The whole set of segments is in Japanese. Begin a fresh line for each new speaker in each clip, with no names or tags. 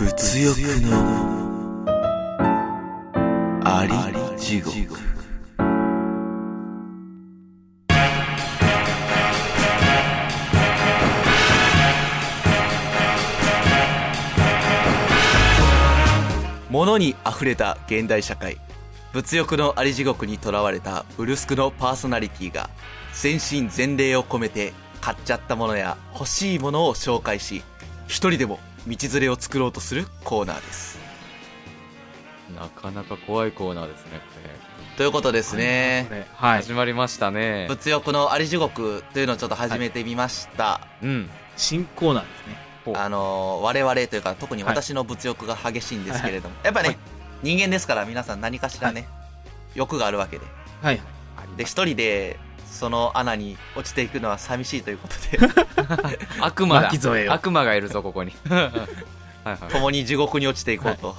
物欲のあり地獄物に溢れた現代社会物欲のあり地獄にとらわれたブルスクのパーソナリティが全身全霊を込めて買っちゃったものや欲しいものを紹介し一人でも道連れを作ろうとするコーナーです
なかなか怖いコーナーですね、
ということですね、
これはい
始まりましたね。
物欲のあり地獄というのをちょっと始めてみました、
うん。
新コーナーですね
ほう
あのー我々というか特に私の物欲が激しいんですけれども、やっぱね、
はい
人間ですから皆さん何かしらね、欲があるわけで
はいはい
で一人でその穴に落ちていくのは寂しいということで
悪魔だ
巻き。添えよ
悪魔がいるぞ、ここ に。はいはい。
共に地獄に落ちていこうと、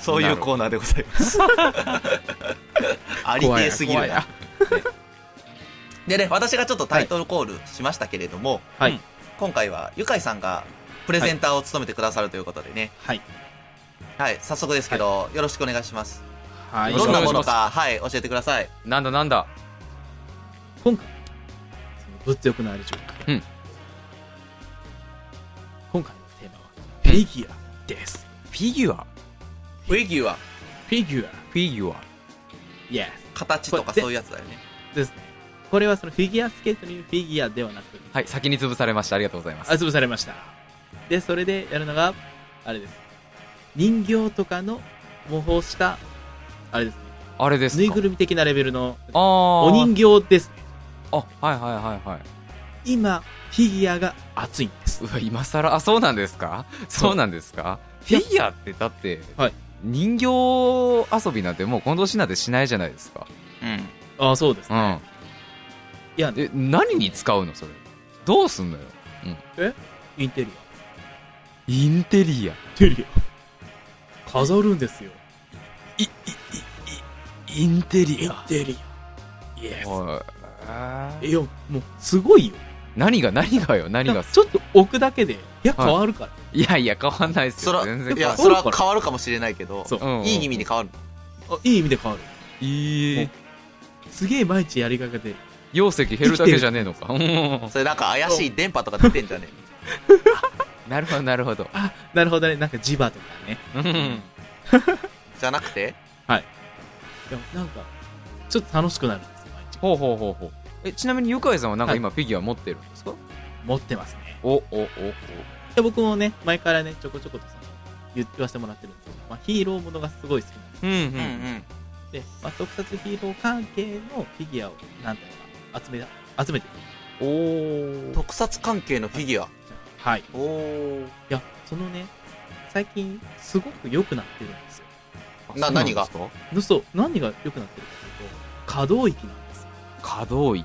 そういうコーナーでございますありてえすぎる
怖い
な
怖
でね私がちょっとタイトルコールしましたけれども、
はい
今回はゆかいさんがプレゼンターを務めてくださるということでね
はい
はい、早速ですけど、よろしくお願いします
は
よ
い
ろ
ど
しく
んな
お願い
も
し
の
ます
かはい教えてください
なんだなんだ。
今回その物欲のある状況
うん
今回のテーマはフィギュアです
フィギュア
フィギュア
フィギュア
フィギュア。
イエ
形とか
これ
そういうやつだよね
スですねこれはそのフィギュアスケートにいるフィギュアではなく
はい、先に潰されました。ありがとうございます。
あ潰されましたでそれでやるのがあれです人形とかの模倣したあれですね
あれですか
ぬいぐるみ的なレベルの
ああ。
お人形ですね
あ、はいはいはいはい。
今フィギュアが熱いんです
うわ、今更、あ、そうなんですかそうなんですかフ
いや
ィギュアって、だって、
はい
人形遊びなんてもう近藤氏なんてしないじゃないですか。
うん
ああそうです
う
ね
ん。
いや
え、何に使うのそれ。どうすんのよ。
インテリ
インテリア。
アテリア飾るんですよ
インテ
イ
リ
ンテリアイエス
ア。
いやもうすごいよ
何が何がよ 何が
ちょっと置くだけでいや変わるから、
いやいや変わんないっす
そ
よ
ら
全然
い
変わ
や
ん
それは変わるかもしれないけど
そう
な
い
い
い意味で変わる
あいい意味で変わる
いい
すげえ毎日やりがいが出る
容石減るだけじゃねえのかうん
それなんか怪しい電波とか出てんじゃね
なるほどなるほど
あなるほどねなんか磁場とかね
うん
えじゃなくて
いやなんかちょっと楽しくなるんですよ毎日
ほうほうほうほうえちなみにゆかいさんはなんか今フィギュア持ってるんですか
持ってますね
おおおお
で僕もね前からねちょこちょことその言言わせてもらってるんですけど、まあ、ヒーローものがすごい好きなん
うん
うんうん
で、まあ、特撮ヒーロー関係のフィギュアを何体か集め集めてる
うんおお
特撮関係のフィギュア
はいい
おお
やそのね最近すごく良くなってるんですよ
な何が
のそう何が良くなってるかというと可動域なんですよ
可動域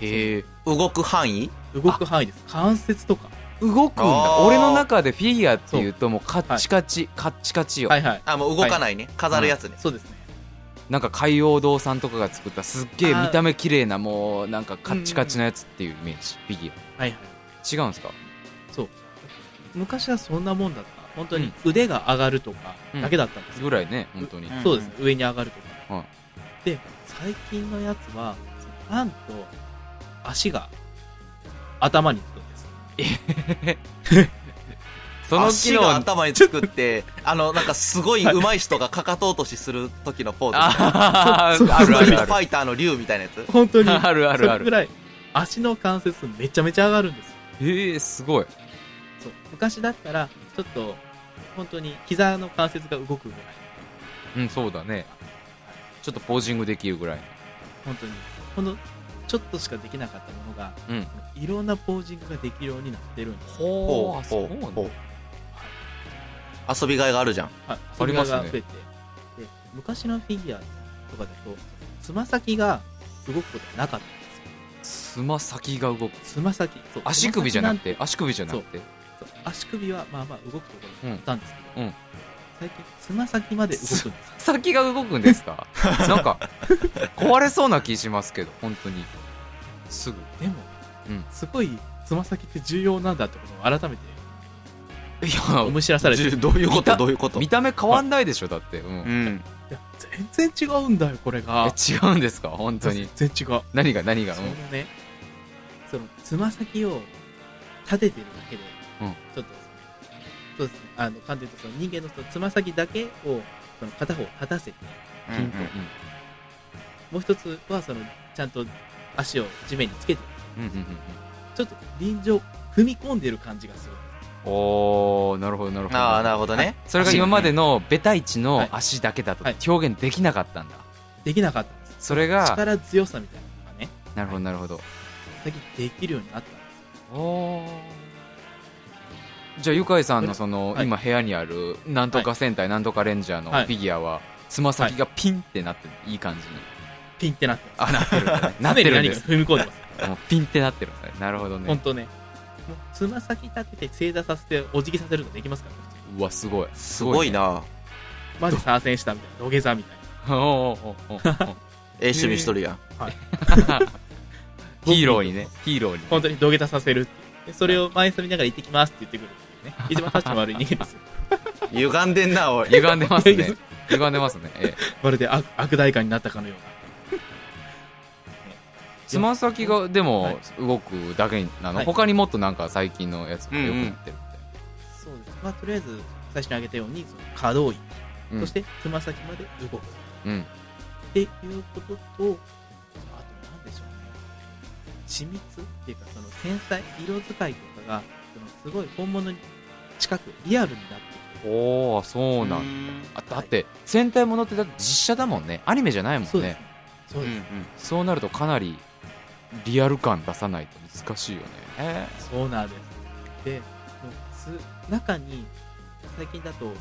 へえ
動く範囲
動く範囲です関節とか
動くんだ
あー
俺の中でフィギュアっていうともうカッチカチカッチカチよ
はいはい
あもう動かないね飾るやつね
そうですね
なんか海洋堂さんとかが作ったすっげえ
あー
見た目綺麗なもうなんかカッチカチなやつっていうイメージフィギュ
はいはい
ア違うんですか
昔はそんなもんだった本当に腕が上がるとかだけだったんですよ、
ぐらいね本当に
うん
そうですね、上に上がるとか、
はい
で最近のやつはそのなんと足が頭につくんです
その機
足が
能
頭につくってあのなんかすごい上手い人がかかと落としする時のポーズみたいな
あ
そう
ーある
ス
あ
トリー
る
ト フ
ある
ァイターの竜みたいなやつ
本当に
あるあるあ
それぐ
る
らい足の関節めちゃめちゃ上がるんですよ
ええすごい
そう昔だったらちょっと本当に膝の関節が動くぐらい
うんそうだねちょっとポージングできるぐらい
本当にほんのちょっとしかできなかったものが、
うん
いろんなポージングができるようになってるんです
ほうそう
ほう遊びがいがあるじゃん
はい、
ありますね
それが増えてで昔のフィギュアとかだとつま先が動くことはなかったんですよ
つま先が動く
つま先そう
足首じゃなくて
つま
足首じゃなくて
先なんてそう足首はまあまあ動くところだったんですけど、
うんうん
最近つま先まで動くんですよ
先が動くんですかなんか壊れそうな気しますけど本当にすぐ
でも、
うん
すごいつま先って重要なんだってことを改めて
い
思い知らされてる
じゅどういうこ
見た
とどういうこと
や見た目変わんないでしょだって、うん
う
え
ん
いや全然違うんだよこれが
違うんですか本 当に
全然違う
何が何が、う
そ
ん
のねそのつま先を立ててるだけで、
うん
ちょっとそうですねあの簡単に言うとその人間のそのつま先だけをその片方立たせて
うん
うん
もう一つはそのちゃんと足を地面につけて
うんうんうん
ちょっと臨場踏み込んでる感じがする
うんおーなるほどなるほど
ああなるほどね
それが今までのベタ一
は
の
い
足だけだと
はい
表現できなかったんだ、
できなかったんです
それが
力強さみたいなのがね
なるほどなるほど
最近できるようになったんですよ
おーじゃあゆかいさんのその、
はい
今部屋にあるなんとか戦隊なんとかレンジャーのフ
はい
ィギュアはつま先がピンってなってるいい感じに
ピンってなってます
あなってるんだねなってるんで
常
す
に何か踏み込んでます
もうピンってなってるんだねなるほど
本
ね
当ねもうつま先立てて正座させてお辞儀させるのできますからね普通に
うわす ごい
すごい
ね
な
マジ参戦したみたいな土下座みたいな
おーおーおーおー
ええ趣味しとるやん
ヒーローにねヒーローに
本当に土下座させるっていうでそれを前に見ながら行ってきますって言ってくるっていう ね一番立ちの悪い人間ですよ
歪んでんなおい
歪んでます
いやい
ね
や
歪んでますねええ
まるで悪悪代官になったかのような
つま先がで
は
も
い
動くだけなの、
はい
他にもっとなんか最近のやつがよくなってる
そうですまあとりあえず最初に挙げたようにその可動域、
うん
そしてつま先まで動くっ
みたいな、うん
ていうこととあと何でしょうね緻密っていうかその繊細色使いとかがそのすごい本物に近くリアルになってきて
おおそうなんだ、あだって戦隊ものってだって実写だもんねアニメじゃないもんね
そ
そうう
ですねそう
う
です、
ん
なるとかなりリアル感出さないと難しいよねえ
そうなんですでもうす中に最近だとその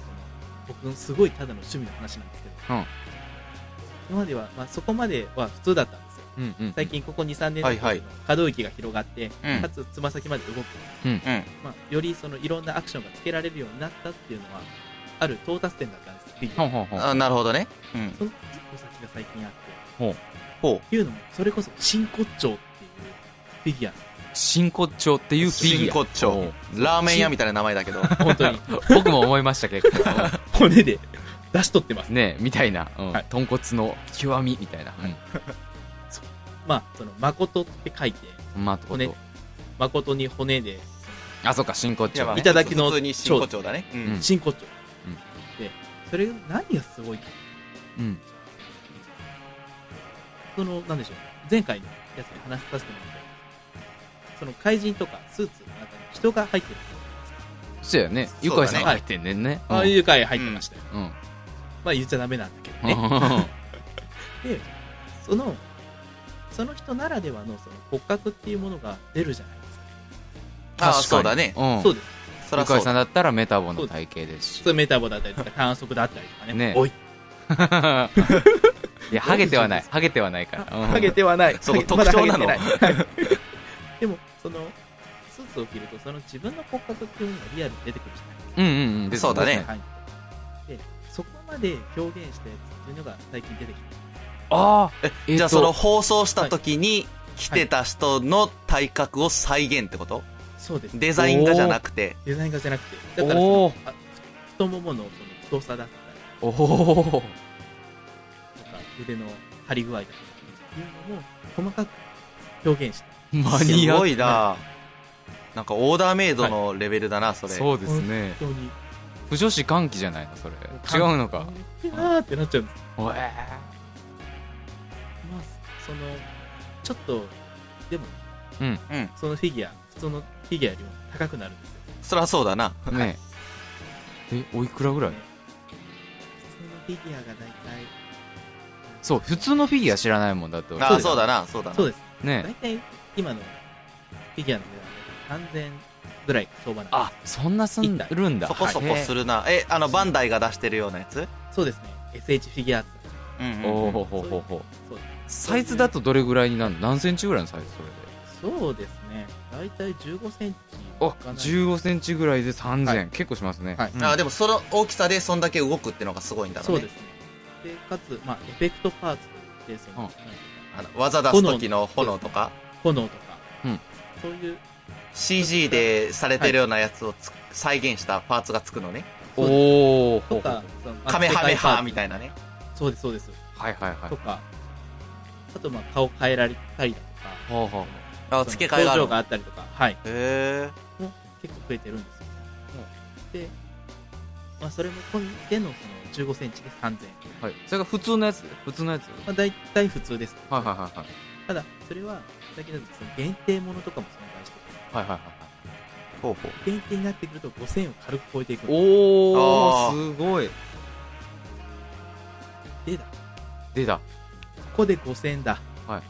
僕のすごいただの趣味の話なんですけど、
うん
今までは、まあ、そこまでは普通だったんですよ
ーうんうん
最近ここ23年
はいはい
可動域が広がって、
うん
かつつま先まで動く、
うん
まあ、よりそのいろんなアクションがつけられるようになったっていうのはある到達点だったんですフィギュ
ほ
ア
んほんほん
あなるほどねうん
その一歩先が最近あって
ほ
っていうのもそれこそ真骨頂っていうフィギュ
真骨頂っていう
う
フィ
真
ギュ
骨頂ラーメン屋みたいな名前だ けど
ア本当に
ア僕も思いました結構
骨で出しとってます
ねえみたいな、うん
はい
豚骨の極みみたいな、
まあその誠って書いて
うん、まあとこと
骨誠に骨で
あそっか真骨
いや
頂
まあ
ね
ね
いただきの
普通に真骨頂だねう
うんん
真骨頂、
うん
でそれが何がすごいか
うん
そのなんでしょう前回のやつで話させてもらったその怪人とかスーツの中に人が入ってる
そうやねゆ
そうだね
かいさんが入ってんねんね
ああ
うん
いう回入ってましたよ、
うん
まあ言っちゃダメなんだけど ね、
ね
でそのその人ならではのその骨格っていうものが出るじゃないですか、
ああそうだね
うん
そうです
そ
ゆ
ら
か
そ
いうさん
だ
だったらメタボの体型ですし
そうメタボだったり とか短足だったりとかね
ね
おい
いや、ハゲてはない。ハゲてはないから。うん
ハゲてはない
そこ
ハゲまだ
特徴なの
ハゲてないでもそのスーツを着るとその自分の骨格っていうものがリアルに出てくるじゃないですか
うんうんうん。です
そうだね
はい、でそこまで表現したやつっていうのが最近出てきた
ああ。えっと
じゃあその、放送した時に来てた人の体格を再現ってこと
そうです
デザイン画じゃなくて
デザイン画じゃなくてだからその
おー
あふ太もものその太さだった
おお
りとか腕の張り具合だったりっていうのも細かく表現して
マ
す
ニアッ
ご
ク。
いななんかオーダーメイドのレベルだなそれ
そうですね。
本当に
不女子歓喜じゃないのそれ。違うのか。
いやーってなっちゃうんです
おえ
まあそのちょっとでも、
うん
うん
そのフィギュア普通のフィギュアよりも高くなるんですよ
そらそうだな
ーねえ。え、おいくらぐらい
ね普通のフィギュアが大体
そう、普通のフィギュア知らないもんだって俺。
ああそうだなそうだな
そうです
ねえ
大体今のフィギュアの値段で3000ぐらい相場なんで
あ、そんなすん
いった
るんだ。
そこそこす
る。
るなえあのバンダイが出してるようなやつ
すそうですね SH フィギュアーツ
うんうん
おお
うん
ほほほほ
そうで。
サイズだとどれぐらいになるの何センチぐらいのサイズそれで。
そうですね大体15センチ
あ、
かない
15センチぐらいで
は
3000。結構しますね。
はい
あーでもその大きさでそんだけ動くってのがすごいんだろ
そうう
ね
ですねでかつ、まあ、エフェクトパーツといってその、な
うん
んていう
あの技出す時の炎とか
か炎とか、
うん
そういう
CG でされてるようなやつをつ再現したパーツがつくのね。
おお
とか、その
カメハメハみ
い
たいなね。
な。そうです、そうです。
はいはいはい
とか、あと、まあ、顔変えられたりだとか、
ほうほう
あ、
その
付け替えがあ
表
る
情。があったりとか、はい。
へ
結構増えてるんですよ。で、まあ、それも込みでのその15センチで3000円。
はいそれが普通のやつ普通のやつ
まあ、大体普通です。
はいはいはいはい
ただ、それは、先ほどその限定ものとかも存在してて
はいはいはい
ほうほう。
限定になってくると5000円を軽く超えていくんで
お
あ
おすごい
すでだ、
出た
ここで5000円だ。。
は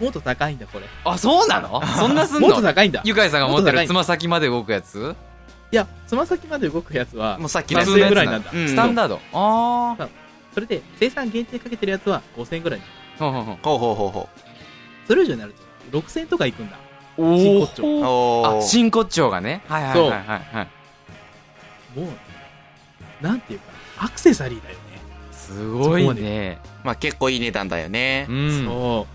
い
もっと高いんだ、これ。
あそうなの そんなすん
もっと
の
高いんだ。い
ゆかいさんが持って
もっと高
る
い
つま先まで動くやつ
や、つま先まで動くやつは、
もうさっきの
まあ
やつ
普通のや
ね
つ
ぐらいなんだ
うん
スタンダードああ
それで生産限定かけてるやつは5000円ぐらいに。
ほうほうほう
ほうほうほうほ
それ以上になると6000円とかいくんだ。
お
真骨
う。
お
お
あ
ー。
真骨頂がねはいはいはいはいはい
もう、なんていうか、アクセサリーだよね。
すごいね
まあ結構いい値段だよね
う。
そうんもう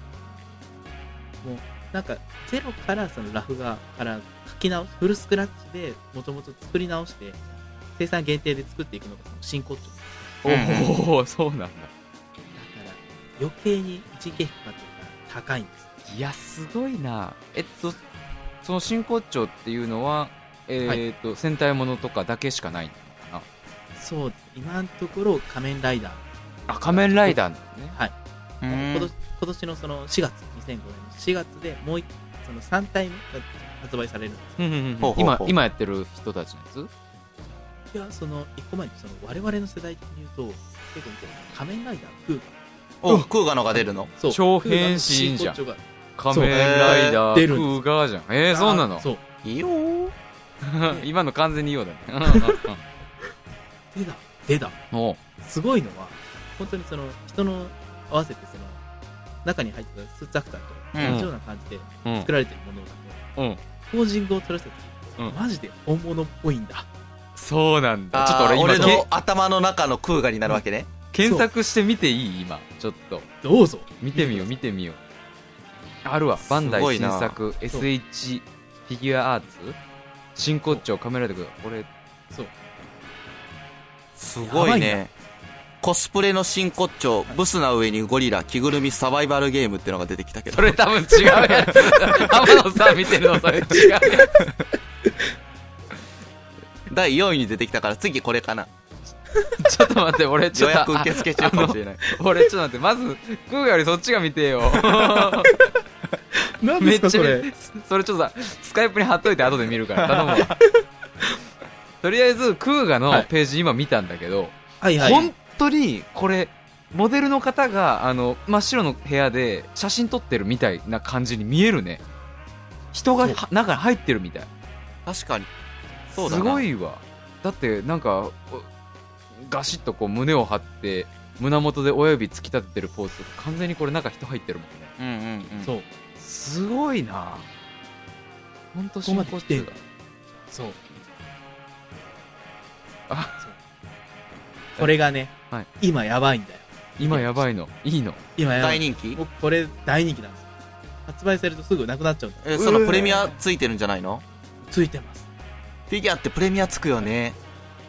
なんかゼロからそのラフがから書き直すフルスクラッチでもともと作り直して生産限定で作っていくのがその真骨頂だか
おおそうなんだ
ら余計に時期かかってるから高いんです
いやすごいなえっとその真骨頂っていうのはえっと戦隊ものとかだけしかないのか
そうです今のところ仮面ライダー、
なあ仮面ライダーなのね
う
今年
ん
今年のその4月2005年の4月でもう一その3体目が発売されるんで
うんうんうん
ほうほう
今
ほう
今やってる人たちのやつ
すいやその1個前にその我々の世代的に言うと結構見てる仮面ライダークーガ
お、クーガのが出るの
そう
超変身じゃん
クーガの真骨頂が
仮面ライダー
出る
クーガーじゃんえー、そうなの
そう
いいよー。
今の完全に言お うだねうんうんうん
出だ出だ
おう
すごいのは本当にその人の合わせてその中に入ってたスーツアクターと
う
同じ
ん。
ような感じで
うん
作られてるものだと、
うん
ポージングを取らせた時、
うん
マジで本物っぽいんだ
そうなんだちょっ
あ
と
ー俺
俺今
の
け
頭の中のクーガになるわけね。
検索してみていい今ちょっと
どうぞ
見てみよう見てみようあるわバンダ
すご
イ
いな
新作 SH フィギュアアーツ真骨頂カメラで俺
そう
すごい
やば
ね。コスプレの真骨頂、ブスな上にゴリラ、着ぐるみサバイバルゲームってのが出てきたけど。
それ多分違うや つ浜野さん見てるのそれ違うや
第4位に出てきたから次これかな。
つちょっと待って俺ちょ
予
っと
約受付中かもしれない。
あ俺ちょっと待ってまずクーよりそっちが 見てよ
何
めっちゃ見それちょっとさスカイプに貼っといて後で見るから頼む わとりあえずクーガのページ今見たんだけど、
はいはい
本当にこれモデルの方があの真っ白の部屋で写真撮ってるみたいな感じに見えるね人が
そう
は中に入ってるみたい
確かに。そうだ
す
な
ごいわだってなんかおガシッとこう胸を張って胸元で親指突き立ててるポーズとか完全にこれ中人入ってるもんね
うんうんうん。
そう
すごいな本当深
ここま
呼
で来て
吸
るそう
あ
そうこれがね、
はい
今やばいんだよ
今やばいのいいの
今やば
大
い
人気
もうこれ大人気なんですよ発売されるとすぐなくなっちゃうんだ
え、そのプレミアついてるんじゃないの
ついてます
フィギュアってプレミアつくよね。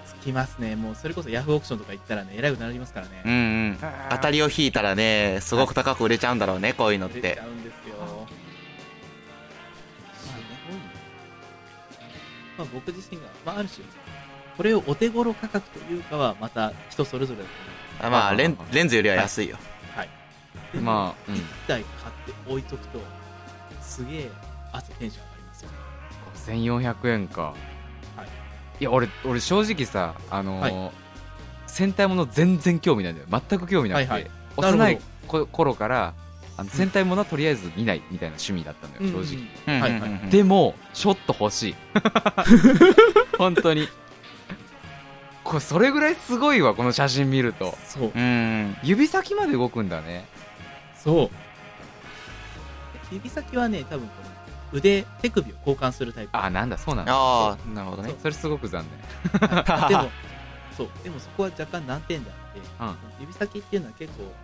つきますねもうそれこそヤフーオークションとか行ったらねえらいことになりますからね、
うんうん。当たりを引いたらね、すごく高く売れちゃうんだろうね、こういうのっ
出ち
て
ゃ。うんですよ、まあねまあ、僕自身が、まあ、ある種これをお手頃価格というかはまた人それぞれだと
あまあレン、レンズよりは安いよ。
思う
まあ、うん
1台買って置いとくとすげえ朝テンション上がりますよ
5400円か、、
はい
や俺俺正直さあのー
は
戦隊もの全然興味ないんだよ全く興味なくて、
はいはい
幼
ないる
こ頃からあの戦隊ものはとりあえず見ないみたいな趣味だったのよ、正直、
うんうんうん
はいは
でもちょっと 欲しい本当にこれそれぐらいすごいわこの写真見ると
そう
うん。
指先まで動くんだね
そう指先はね多分この腕手首を交換するタイプ
あなんだそうなんだ
ああ、なるほどね。
それすごく残
でもそうでもそこは若干難点であって、
念うん
指先っていうのは結構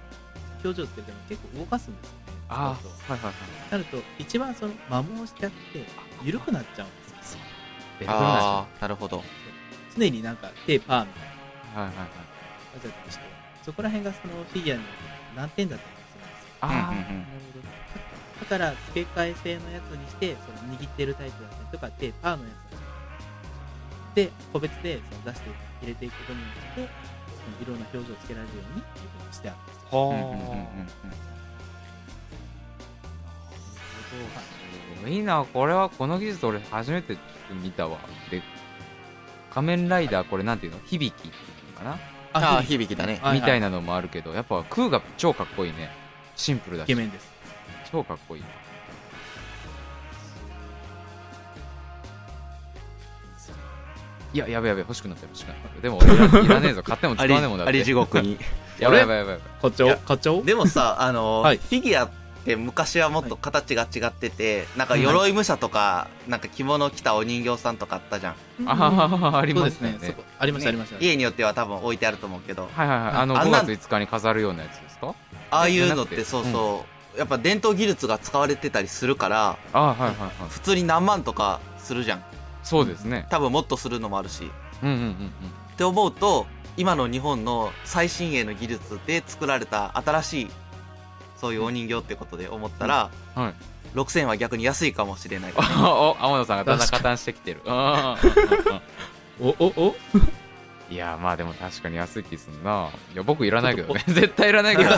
表情つけるために結構動かすんですよね
あ
使うと
あはいはいはい
なると一番その摩耗しちゃって緩くなっちゃうんですよ
ベルト
ああ、なるほど。
常になんか手パーみたいな
はいはいはい
わざとしてそこら辺がそのフィギュアの難点だったりするんですよ
ああ、
うんうんうん
なるほど
だから付け替え製のやつにしてその握ってるタイプだったりとか手パーのやつだったりで個別でその出して入れていくことによってそのいろんな表情をつけられるようにっていうふうにしてあるんですよ
うんうん
は
うんうん
あいいなこれはこの技術俺初めてちょっと見たわで仮面ライダーこれなんていうの響きっていうのかな、
ああ、響きだね。
はいはい
みたいなのもあるけどやっぱ空が超かっこいいねシンプルだ
イケ
し
メンです
超かっこいいいややべやべ欲しくなった欲しくなったでも俺いらねえぞ買っても
あ
使
り
わねえもんだっ
あり地
て
獄に。
やばいやばいやばいやば
課
い
い
長
や
課長
でもさ、あの、
はい
フィギュアって昔はもっと形が違ってて、なんか鎧武者とか、なんか着物着たお人形さんとかあったじゃん。
あああり
そう
ま
ですす
よ
ね
ね
そこありましたありました
家によっては多分置いてあると思うけど、
はいはいはいあの
あ
5
んな
月5日に飾るようなやつですか
ああいうのっ
じ
て
ゃなくて
そうそう、やっぱ伝統技術が使われてたりするから、
ああはいはいはい
普通に何万とかするじゃん。
そうですね
多分もっとするのもあるし。
うんうんうん うん
って思うと今の日本の最新鋭の技術で作られた新しいそういうお人形ってことで思ったら、
うんはい
6000は逆に安いかもしれない、
お、天野さんがだんだん加担してきてる。い
おおお
や、まあでも確かに安い気すんな。いや、僕いらないけどね。絶対いらない けど。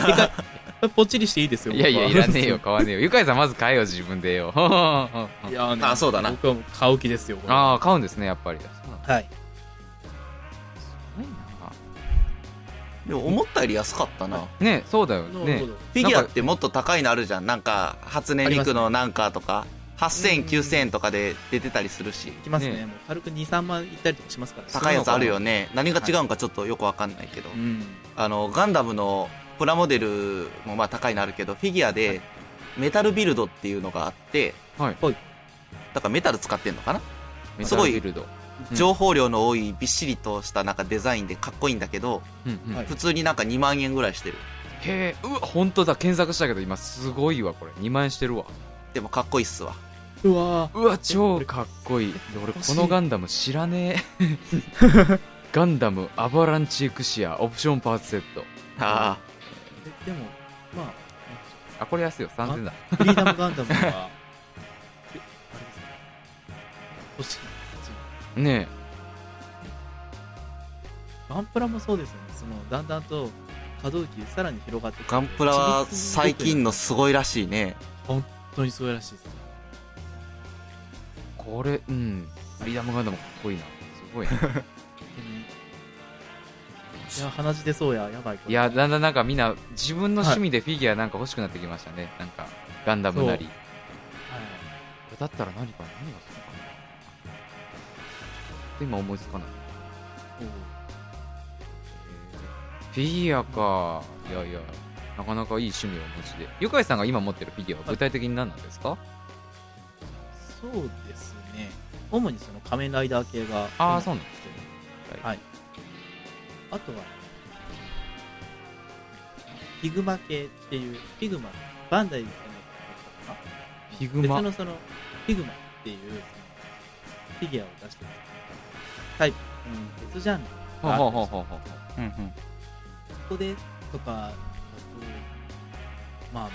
ポチリしていいですよ
いやいや、いらねえよ、
僕
買わねえよ。ゆかいさんまず買えよ、自分でよ。あ
はいやーね
あそうだな
僕はもう買う気ですよこれは
あ、買うんですね、やっぱり。す
はい
ごいな。
でも思ったより安かったな、
ねそうだよ
なる
ね
ほ。ど
フィギュアってもっと高いのあるじゃんなんか初音ミクのなんかとか、
う
8000、
ん
9000とかで出てたりするし
いきますね
ね
もう軽く23万いったりとかしますからね
高いやつあるよね何が違うんかちょっとよくわかんないけど、
うん
あのガンダムのプラモデルもまあ高いのあるけどフィギュアでメタルビルドっていうのがあって
はい
はい
だからメタル使ってんのかな
メタルビルド。うん
情報量の多いびっしりとしたなんかデザインでかっこいいんだけど
うんうん
は
へ
い
普通になんか2万円ぐらいしてる
え、うわ、本当だ、検索したけど、今すごいわ、これ。2万円してるわ。
でもかっこいいっすわ
うわ
うわ、超かっこいい。で俺、こ
欲しい
のガンダム知らね え。ガンダム、アバランチエクシア、オプションパーツセット。
あ
ーででもま
あ、これ安いよ、3000だ。
あフリーダムガンダ ムはえあれですね欲しい
ね
ガンプラもそうですよねそのだんだんと可動域さらに広がってくる
あガンプラは最近のすごいらしいね
本当にすごいらしいです
え、これ、うん。フリーダムガンダムかっこいいな。すご いな。
でもいや鼻血出そうややばいこ
い
れ
や、だんだんなんかみんな、自分の趣味でフィギュアなんか欲しくなってきましたね。なんか、ガンダムなり。こ
はい
れだったら何か、何がするかな。今思いつかない。
おう
フィギュアか。いやいや、なかなかいい趣味をお持ちで。ゆかいさんが今持ってるフィギュアは具体的に何なんですか、
そうですね主にその仮面ライダー系が
あーそうなん
ですけ
ですね
はい、あとはフィグマ系っていうフィグマバンダイじゃないか
フィグマ
別のそのフィグマっていうそのフィギュアを出してるタイプ、うん、別ジャンル
ほうほうほうほうほう
うんうん
ここでとかだとまあまあ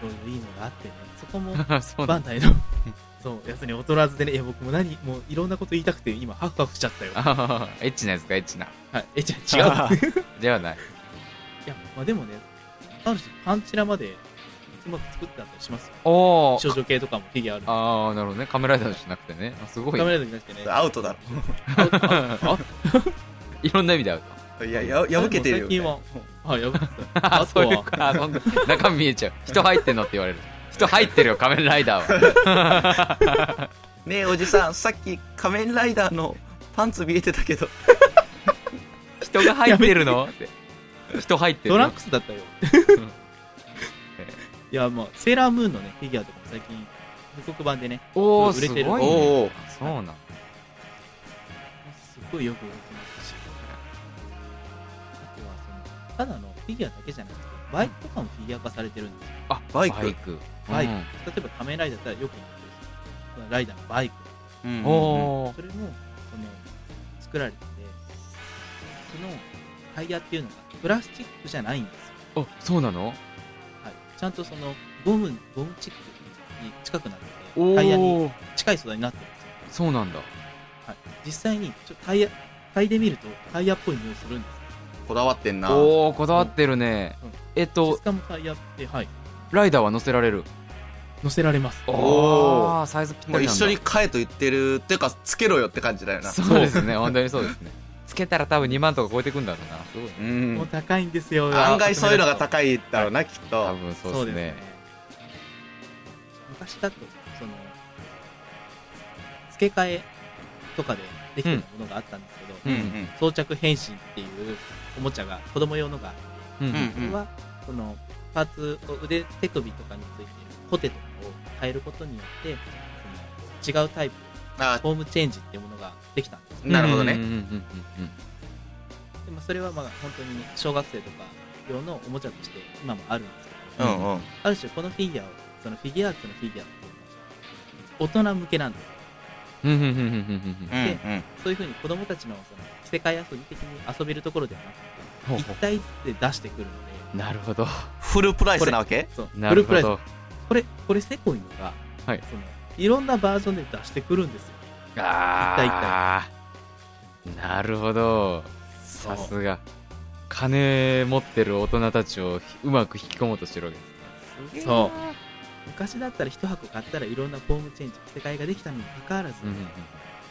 いろいろいいのがあってねそこも
そうな
バ
ん
ンダイの そうやつに劣らずでねいや僕も何もういろんなこと言いたくて今ハフハフしちゃったよ
あはははエッチなやつかエッチな
はいえじ ゃあ違うい
ではない
やまあでもねある種パンチラまでうまく作ってあったりしますよ
おお
少女系とかもフィギュアある
ああなるほどねカメライダーじゃなくてねあすごい
カメライダーじゃなくてね
アウトだ
あいろんな意味で合う
ろいやや破けてるよ、
でもはいやばかった
と。
あ
あ、
と
そういう
は
か。あほんと中身見えちゃう。人入ってんのって言われる。人入ってるよ、仮面ライダーは。
ねえおじさんさっき仮面ライダーのパンツ見えてたけど
人が入ってるのって。人入ってる
トラ
よ
ン。クスだったよ
ん
いやまあセーラームーンのねフィギュアとかも最近復刻版でね
おー、
売れ
す
て
ごい、
る
ね。
おー
あそうなんだ。
すっごいよく動きますしあとはそのただのフィギュアだけじゃなくてバイクとかもフィギュア化されてるんですよ
あ、
バイ
バイ
ク。
ク
バイク例えば仮面ライダーだったらよく言ってるんですよそのライダーのバイク
うん
うんおー
それもその作られててそのタイヤっていうのがプラスチックじゃないんですよ、
あそうなの
はい、ちゃんとそのゴムゴムチックに近くなって
お
てタイヤに
お
近い素材になってるんですよ、
そうなんだ
はい、実際にちょタイヤタイで見るとタイヤっぽい匂いするんです
こだわってんな。
おおこだわってるね、
うんうん
えっ
よ
と
質感もタイヤってはい
ライダーは乗せられる
乗せられます
おー
あーサイズぴったり
も
な
うん
だ
一緒に買えと言ってる、っていうか、つけろよって感じだよな。
そうですね本当にそうですねつけたら多分2万とか超えてくんだろうなすごいね
う。
もうん高いんですよ
案外そういうのが高いだろうな、きっ
多
と。
分そう
そうです
で
す
ね
ね昔だとその付け替えとかでできてたものがあったんですけど、
う
うん
ん
うん。
装着変身っていうおもちゃが子供用のがあって
うんうん
うん
それはそのパーツを腕手首とかについているコテとかを変えることによってその違うタイプ
あ
フォームチェンジっていうものができたんです
なるほどね
うんうんうんうん
でもそれはまあ本当に小学生とか用のおもちゃとして今もあるんですけど
う
うん
んうん。
ある種このフィギュアをそのフィギュアーツのフィギュアっていうのは大人向けなんですよ
うんうんうんうんうんうん
うんうん。
そういうふうに子供たちのその着せ替え遊び的に遊べるところでは
ほう
なく
ほ
1体ずつで出してくるの
うなるほど
フルプライスなわけ
でそう
な
フ
る
ルプ
ほ
ライス
ど
これこれセコいのが、
はい
そのいろんなバージョンで出してくるんですよ
ああなるほど
そ
さ
う
すが金持ってる大人たちをひうまく引き込もうとしてるわけですねすげえな
そう昔だったら1箱買ったらいろんなフォームチェンジ着せ替えができたにもかかわらず、
うんうんうん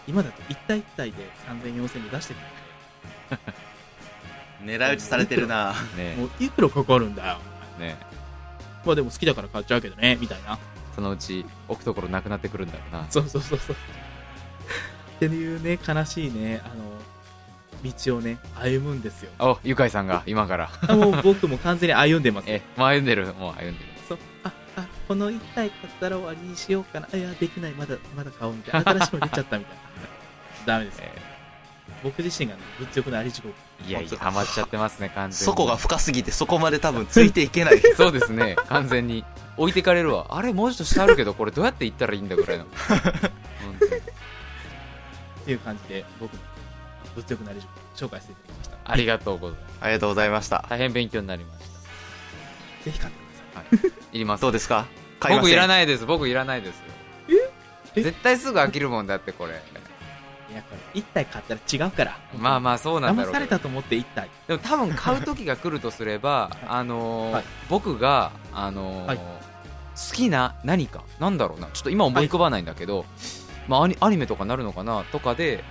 今だと1体1体で30004000で出してく
狙い撃ちされてる な。
る
ね
もういくらかかるんだよ
えね
まあでも好きだから買っちゃうけどねみたいな
えそのうち置くところなくなってくるんだろうな
そうそうそうそう。っていうね、悲しいね、あの、道をね、歩むんですよ。
あゆかいさんが今から
あもう僕も完全に歩んでます。
えもう歩んでるもう歩んでる
そうあ、あ、この1体買ったら終わりにしようかな。いや、できない。まだ、まだ買おうみたいな。新しいの出ちゃったみたいな。 ダメですよ。
え
僕自身がね、物欲のあり地獄。
ーいやいやハマっちゃってますね完全に
そこが深すぎて、そこまで多分ついていけない。
そうですね完全に置いてかれるわあれ文字としてあるけどこれどうやって言ったらいいんだぐ らいの本当に
っていう感じで、僕の物欲のあり地獄、紹介していただきました。
ありがとうございます
ありがとうございました。
大変勉強になりました
ぜひ買ってください。
いります
どうですか買いま
僕
せ
い
ん
らないです僕いらないですよ
え
絶対すぐ飽きるもんだってこれ
いや、これ1体買ったら違うから。
まあまあそうなんだろ
騙
う
さ
け
れ
ど
たと思って1体。
でも多分買う時が来るとすれば、あのー
はい
僕が、あのー
はい
好きな何かなんだろうなちょっと今思い浮かばないんだけど、まあ、アニアニメとかなるのかなとかで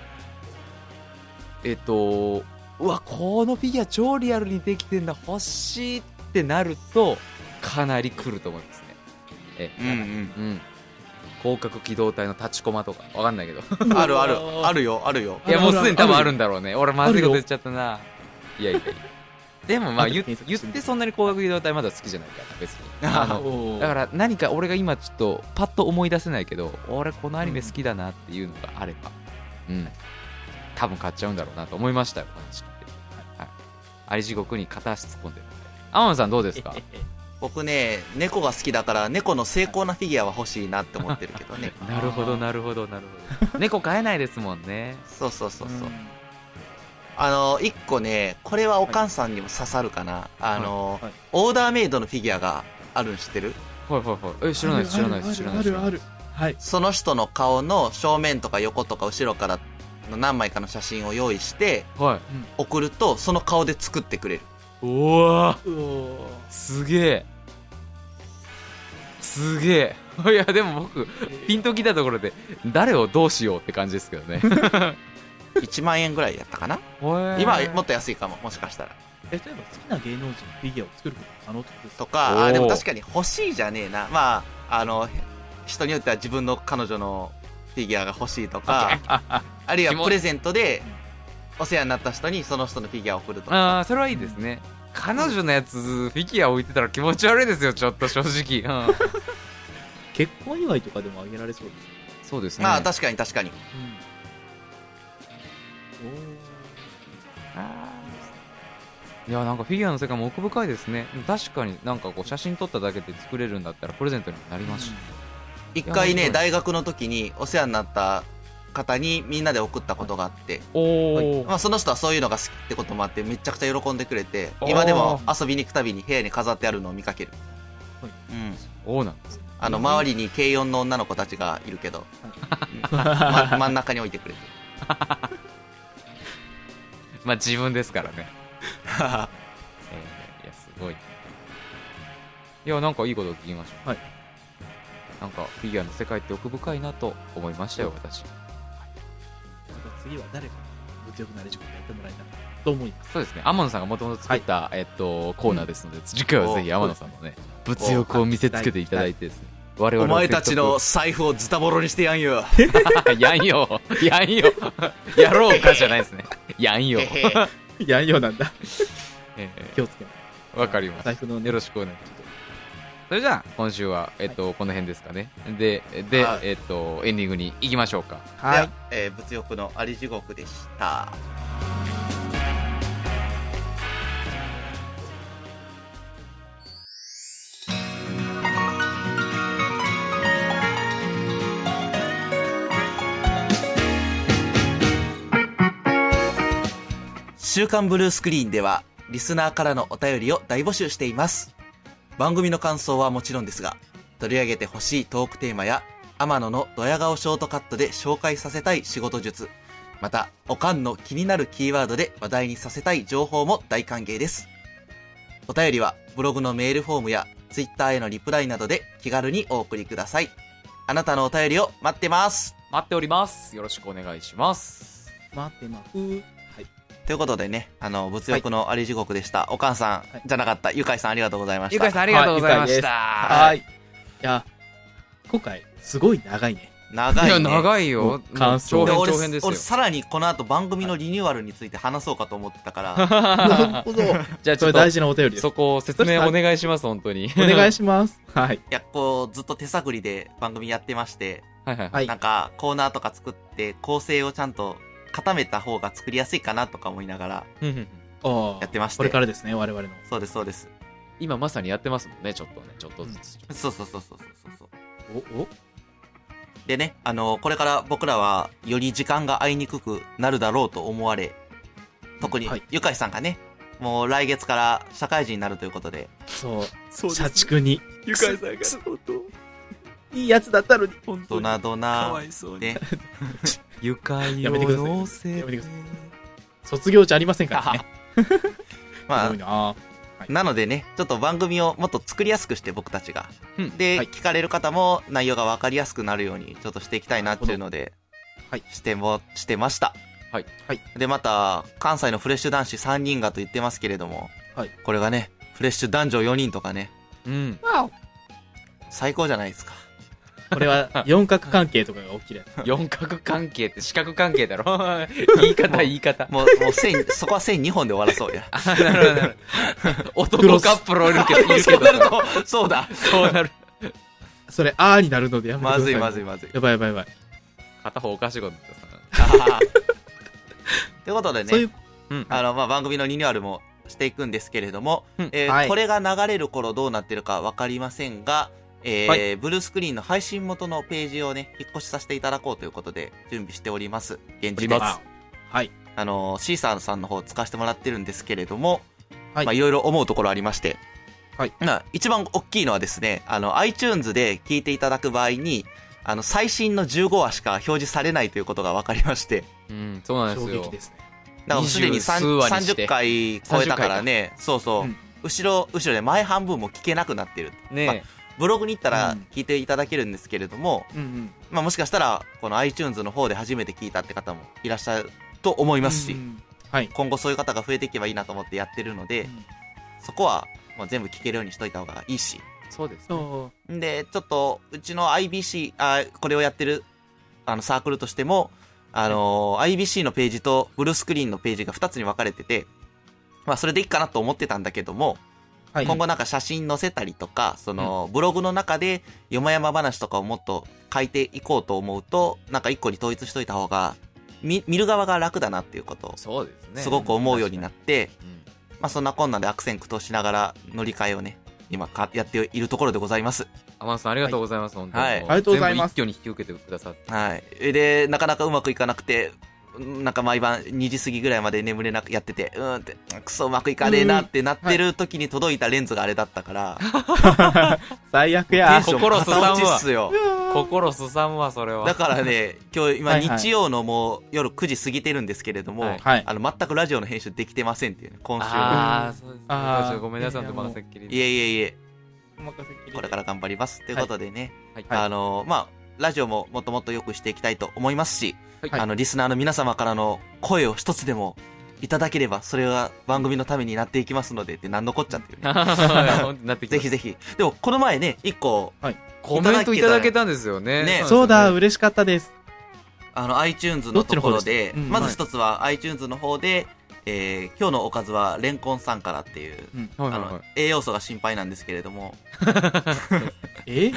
えっとうわこのフィギュア超リアルにできてんだ欲しいってなるとかなり来ると思いますねえ
うんうん。
うん。広角機動隊の立ちコマとか、わかんないけ ど。
あるあ る。あるよ、あるよ。
いや、もうすでに多分あるん
だ。
だろうね。俺、まずいこと
ある
言っちゃったな。いやいやいや。でもまあ
後で
言
検索
言っ
してみて
てそんなに広角機動隊まだ好きじゃないから別に あの
おー
だから何か俺が今ちょっとパッと思い出せないけど俺このアニメ好きだなっていうのがあればうん多分買っちゃうんだろうなと思いましたよお話聞いてはいあり地獄に片足突っ込んでる天野さんどうですか
僕ね、猫が好きだから、猫の精巧なフィギュアは欲しいなって思ってるけど ね。
なるほどなるほどなるほど猫飼えないですもんね
そうそうそうそう。
ん
あの、一個ね、これはおかんさんにも刺さるかな。あの、
はい
オーダーメイドのフィギュアがあるん知ってる
はいはいはいえ知らないです知らないです知らない
あ
です
るあるあるあるはい
その人の顔の正面とか横とか後ろからの何枚かの写真を用意して、
はい。
送ると、その顔で作ってく れる。
おわ
うお
すげえ。すげえ。い や、でも僕、ピンときたところで、誰をどうしようって感じですけどね。
1万円ぐらいやったかな今
今、
もっと安いかも、もしかしたら。
例えば好きな芸能人のフィギュアを作ることが可能ってことです
と
か
か、あ
おー
ーでも確かに欲しいじゃねえな。まあ、あの、人によっては自分の彼女のフィギュアが欲しいとか、あるいは
キモい
プレゼントで、お世話になった人にその人のフィギュアを送るとか。
ああ、それはいいですね。彼女のやつ、フィギュア置いてたら気持ち悪いですよ、ちょっと正直。うん、
結婚祝いとかでもあげられそうですよ
そうですね。
まあ、確かに確かに。
うんおー
あいやなんかフィギュアの世界も奥深いですね確かになんかこう写真撮っただけで作れるんだったらプレゼントにもなりますし、
一回
いや面白
ね
い
大学の時にお世話になった方にみんなで送ったことがあって、
おお、
まあ、その人はそういうのが好きってこともあってめちゃくちゃ喜んでくれて
おー
今でも遊びに行くたびに部屋に飾ってあるのを見かける、
はい
うん、
おおなんですね
あの
うん
周りに軽4の女の子たちがいるけど、うんま真ん中に置いて くれてる
まあ自分ですか らね、
あ
えーいやすごいいやなんかいいことを聞きました
はい
なんかフィギュアの世界って奥深いなと思いましたよ私
次は誰かに物欲のある時間やってもらえたらと思います
そうですね天野さんがもともと作った、えっとコーナーですので、次回はぜひ天野さんのね物欲を見せつけていただいてですね我
お
々を
前
説得
たちの財布をズタボロにしてやんよ
やんよや んよやろうかじゃないですねやんよ
へへ
い やんよなんだ
え
気をつけます
ーわかりま
財
す
布のね
よろしくお願いしますそれじゃあ今週は、えっとこの辺ですかねでで、
はい
えっとエンディングに行きましょうか
で
は
は、えー物欲のあり地獄でした週刊ブルースクリーンではリスナーからのお便りを大募集しています番組の感想はもちろんですが取り上げてほしいトークテーマや天野のドヤ顔ショートカットで紹介させたい仕事術。また、おかんの気になるキーワードで話題にさせたい情報も大歓迎です。お便りはブログのメールフォームやツイッターへのリプライなどで気軽にお送りください。あなたのお便りを待ってます。
待っておりますよろしくお願いします
い待ってまふーはい
ということでね、あの、物欲のあり地獄でした。おかんさ
はい
ん、じゃなかった、ゆかいさんありがとうございました。
ゆかいさんありがとうございました、
はいいや今回すごい長い ね
長い、
い
ね。
や長い
も
よ
う感想
長
で
編
俺
長編ですよ
俺さらにこの後番組のリニューアルについて話そうかと思ってた から、
なるほど
じゃあち
そ
ょっ
れ
と
大事なお便りです
そこを説明お願いします本当に
お願いしますはい
いや、こう、ずっと手探りで番組やってまして、
はいはい
はい
なんか、コーナーとか作って、構成をちゃんと固めた方が作りやすいかなとか思いながら、
うんうんうん
おー
やってまして
これからですね我々の
そうです、そうです。
今まさにやってますもんねちょっとねちょっとずつ、
そうそうそうそうそうそう。
おお
でね、あの、これから僕らは、より時間が合いにくくなるだろうと思われ、特に
はい、
ゆかいさんがね、もう来月から社会人になるということで、
そう社畜に
ゆかいさんが相当
いいやつだったのに
本当
ド
に
ナド
か
ナ
わ、いそうに
ね、
ゆかい
やめてください
乗せ
やめてくださ卒業じゃありませんからね
まあ
すごい、な
なのでね、ちょっと番組をもっと作りやすくして、僕たちが。
うん
で、
はい
聞かれる方も内容が分かりやすくなるように、ちょっとしていきたいなっていうので、
ほどは
しても、してました。
はい。
はい
で、また、関西のフレッシュ男子3人がと言ってますけれども、
はい
これがね、フレッシュ男女4人とかね、
うん
最高じゃないですか。
これ は四角関係とかが起きるやつ
四角関係って四角関係 だろ言い方言い方
もう、もう線、そこは線2本で終わらそうや。
あ なるほどなるほど 男カップルいるけどいるけ
そう
ど
なると、そうだ。
そうなる
それあーになるのでやめてくだ
ま
さい
ずいまずいまずい。
やばいやばいやばい
片方おかしいこと言って
あーということでね。
そういう
たなうん
あの、まあ、番組のリニューアルもしていくんですけれども、
うん
えー
はい
これが流れる頃どうなってるかわかりませんが、えー
は
ブルースクリーンの配信元のページをね、引っ越しさせていただこうということで、準備しております。現地で。
あはい
あの、シーサーさんの方使わせてもらってるんですけれども、
はい
まあ、いろいろ思うところありまして、
はい
まあ一番大きいのはですね、あの、iTunes で聞いていただく場合に、あの、最新の15話しか表示されないということが分かりまして、
うんそうなんで
衝
す
撃
よ
ですね
だからもうすでに
20
3
数話にして
30回超えたからね、そうそう、
うん
後ろ、後ろで前半分も聞けなくなってる。
ね
ブログに行った
う
ら
ん
聞いていただけるんですけれども、
うんうん
まあもしかしたら、この iTunes の方で初めて聞いたって方もいらっしゃると思いますし、
うんはい
今後そういう方が増えていけばいいなと思ってやってるので、
うん
そこはもう全部聞けるようにしといた方がいいし。
そうですね
そ
んで、ちょっと、うちの IBC、あこれをやってる、あの、サークルとしても、あのー IBC のページとブルースクリーンのページが2つに分かれてて、まあ、それでいいかなと思ってたんだけども、
うはい
今後なんか写真載せたりとか、その、ブログの中で、よまやま話とかをもっと書いていこうと思うと、なんか1個に統一しといた方が、見、見る側が楽だなっていうことを、
そうですね
すごく思うようになって、
うん
まあそんなこんなで悪戦苦闘しながら乗り換えをね、今かやっているところでございます。
天野さんありがとうございます、本当に。
はい
も
ありがとうございます
全部一挙に引き受けてくださって。
はい。で、なかなかうまくいかなくて、うんなんか毎晩2時過ぎぐらいまで眠れなくやってて、うーんって、クソうまくいかねえなってなってる時に届いたレンズがあれだったから、
最悪
テ
や
ン。ション
心すさんわ
片落ちっすよ。
心すさんわ、それは。
だからね、今日今
はいはい
日曜のもう夜9時過ぎてるんですけれども、
はい
はい。
あの、全くラジオの編集できてませんっていうね、今週。
ああ、そうですね。
あー
ちょっとごめんなさい、
いやいや
まだせっきりで
いえいえいえ、
お任せっきりで
これから頑張ります。ということでね、
はい
あの、まあ、ラジオももっともっと良くしていきたいと思いますし、
はい
あの、リスナーの皆様からの声を一つでもいただければ、それが番組のためになっていきますので、って何残っちゃってるね。
本当になってきた
ぜひぜひ。でも、この前ね、一個、
コメントいただけたんですよね。
ね
そうだ、
う
嬉しかったです。
あの、iTunes
ど
の
っち
と
の
こ
方
ろで、
ですかうん
まず一つは iTunes の方で、えー、今日のおかずはレンコンさんからっていう、
ん。はい
あの、
はいはい。
栄養素が心配なんですけれども、
え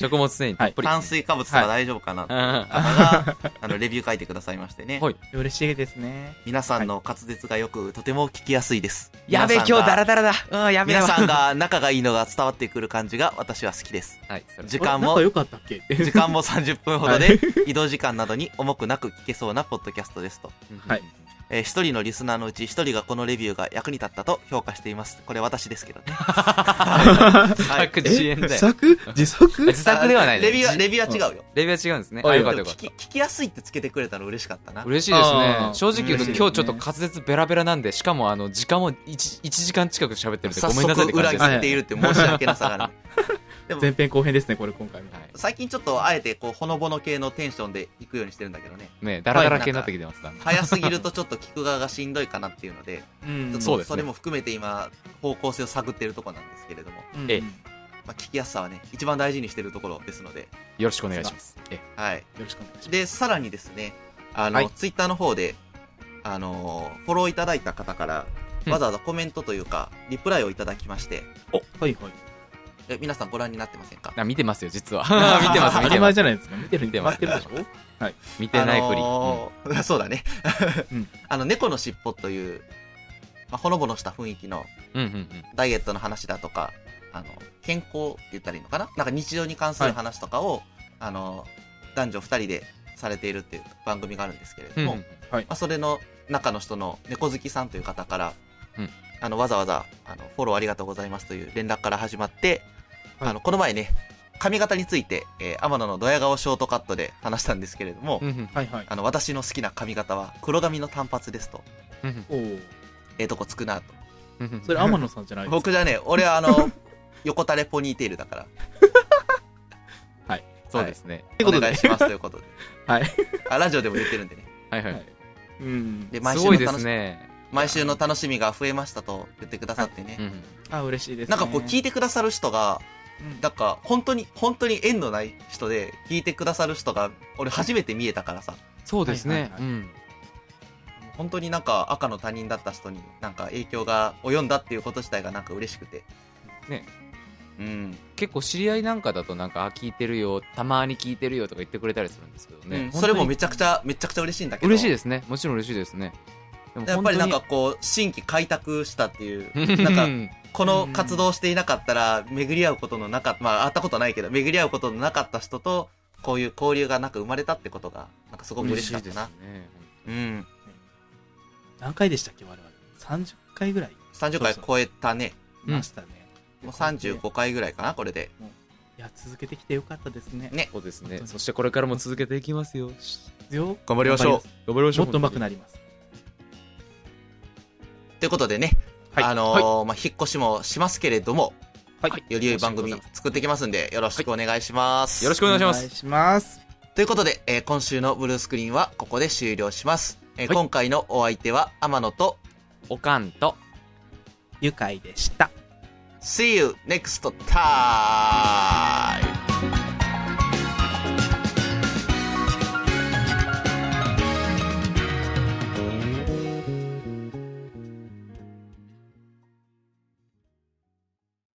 食物繊維たっぷり。
炭水化物は大丈夫かなって
あー
方が、あの、レビュー書いてくださいましてね。
はい
嬉しいですね。
皆さんの滑舌がよく、とても聞きやすいです。
やべえ、
皆さ
今
ん
日
が
ダラダラだ。うん、やべえ
皆
わ。
さんが仲がいいのが伝わってくる感じが私は好き です。
はい、それ
時間
なん
も
か、良かったっけ
時間も30分ほど
は
で、移動時間などに重くなく聞けそうなポッドキャストですと。
はい。
えー一人のリスナーのうち一人がこのレビューが役に立ったと評価しています。これ私ですけ どね。
自作自演だ
自
よ。
作自作
自作ではないね
レビューは、レビューは違うよ。
レビューは違うんですね。
あ
あ、よ
で
か
も
ったよかっ
聞き、聞きやすいってつけてくれたの嬉しかったな
た。。嬉しいです
あ
ね。
ー
正直言う
嬉し
と
いですね
今日ちょっと滑舌ベラベラなんで、しかもあの、時間も 1, 一時間近く喋ってるんで、
早
ごめんなさいっ
速
て感じ
裏
です。
は
切っているって申し訳なさがある。でも、
前編後編ですね、これ今回も。
はい
最近ちょっとあえてこう、ほのぼの系のテンションで行くようにしてるんだけどね。
ねダラダラ系になってきてますから
早すぎるとちょっと聞く側がしんどいかなっていうので、
う
ちょっと
ん
そうですね
それも含めて今、方向性を探っているところなんですけれども、
うん
ええ
よ
まあ、聞きやすさはね、一番大事にしているところですので、
よろしくお願いします。え
はい。
ろしくお願いします。
で、さらにですね、あの、
はい
ツイッターの方で、あのーフォローいただいた方から、
うん
わざわざコメントというか、リプライをいただきまして、
はいはい。
え皆さんご覧になってませんか
えあ見てますよ、実は。 見てます、
当
見
た
て
り
ま
前
す。
じゃないですか。見てる、見てます。
見てます見てないふ
あ
り。
のー そうだね。
うん
あの、猫のしっぽという、まあ、ほのぼのした雰囲気の
うんうんうんうん。
ダイエットの話だとか、あの、健康って言ったらいいのかななんか日常に関する話とかを、あの、男女二人でされているっていう番組があるんですけれども、
うん
まあ、それの中の人の猫好きさんという方から、
うん
あの、わざわざ、あの、フォローありがとうございますという連絡から始まって、
はい
あの、この前ね、髪型について、えー、天野のドヤ顔ショートカットで話したんですけれども、
うんうん
はいはい。
あの、私の好きな髪型は黒髪の短髪ですと、
うんうん
おお。
ええとこつくなと。
うんうん
それ天野さんじゃないですか。
僕じゃね、俺はあ の、横垂れポニーテールだから。
そうですね。
ということ
お願い
で。
しますという ことで。
はい
あ。ラジオでも言ってるんでね。
はいは
はいい。うん。
で、
す
毎週
ご
の
いで
楽
す
し、
ね。
毎週の楽しみが増えましたと言ってくださってね。
うんうん
あ、嬉しいです。
なんかこう聞い
い
てくださる人が、なんか本当に、本当に縁のない人で聞いてくださる人が、俺初めて見えたからさ、
そうです
はいは
ね
い。はい
うん
本当になんか赤の他人だった人になんか影響が及んだっていうこと自体がなんか嬉しくて。
ね。
うん。
結構知り合いなんかだとなんか、あ、聞いてるよ、たまに聞いてるよとか言ってくれたりするんですけど
う
ね
ん。それもめ
ち
ちゃくちゃ、めちゃくちゃ嬉しいんだけど。
嬉しい
で
ですね。もちろん嬉しいですね。でも
やっぱりなんか
本
こう、新規開拓したっていう
当 に、、
なんか
う、ん
この活動をしていなかったら、巡り合うことのなかった、まあ、会ったことないけど、巡り合うことのなかった人と、こういう交流がなんか生まれたってことが、なんかすごく嬉しかったな。
ね
うん。
何回でしたっけ、我々。30回ぐらい
30回超えたね。
いましたね。
もう35回ぐらいかな、これで。
いや、続けてきてよかったですね。
ね
そうですね。そしてこれからも続けていきますよ。し
よ
頑張りましょう
頑張
頑張りま
りますもっと上手くな
り。
ります。
ということでね、
はい
あのーまあ、引っ越しもしますけれども、
はい
より良い番組作っていきますんで、よろしくお願いします。
よろしくお願いしま
お願い
す。
します。
ということで、えー今週のブルースクリーンはここで終了します。えー
はい
今回のお相手は、天野と、
おかんと、
愉快でした。
See you next time!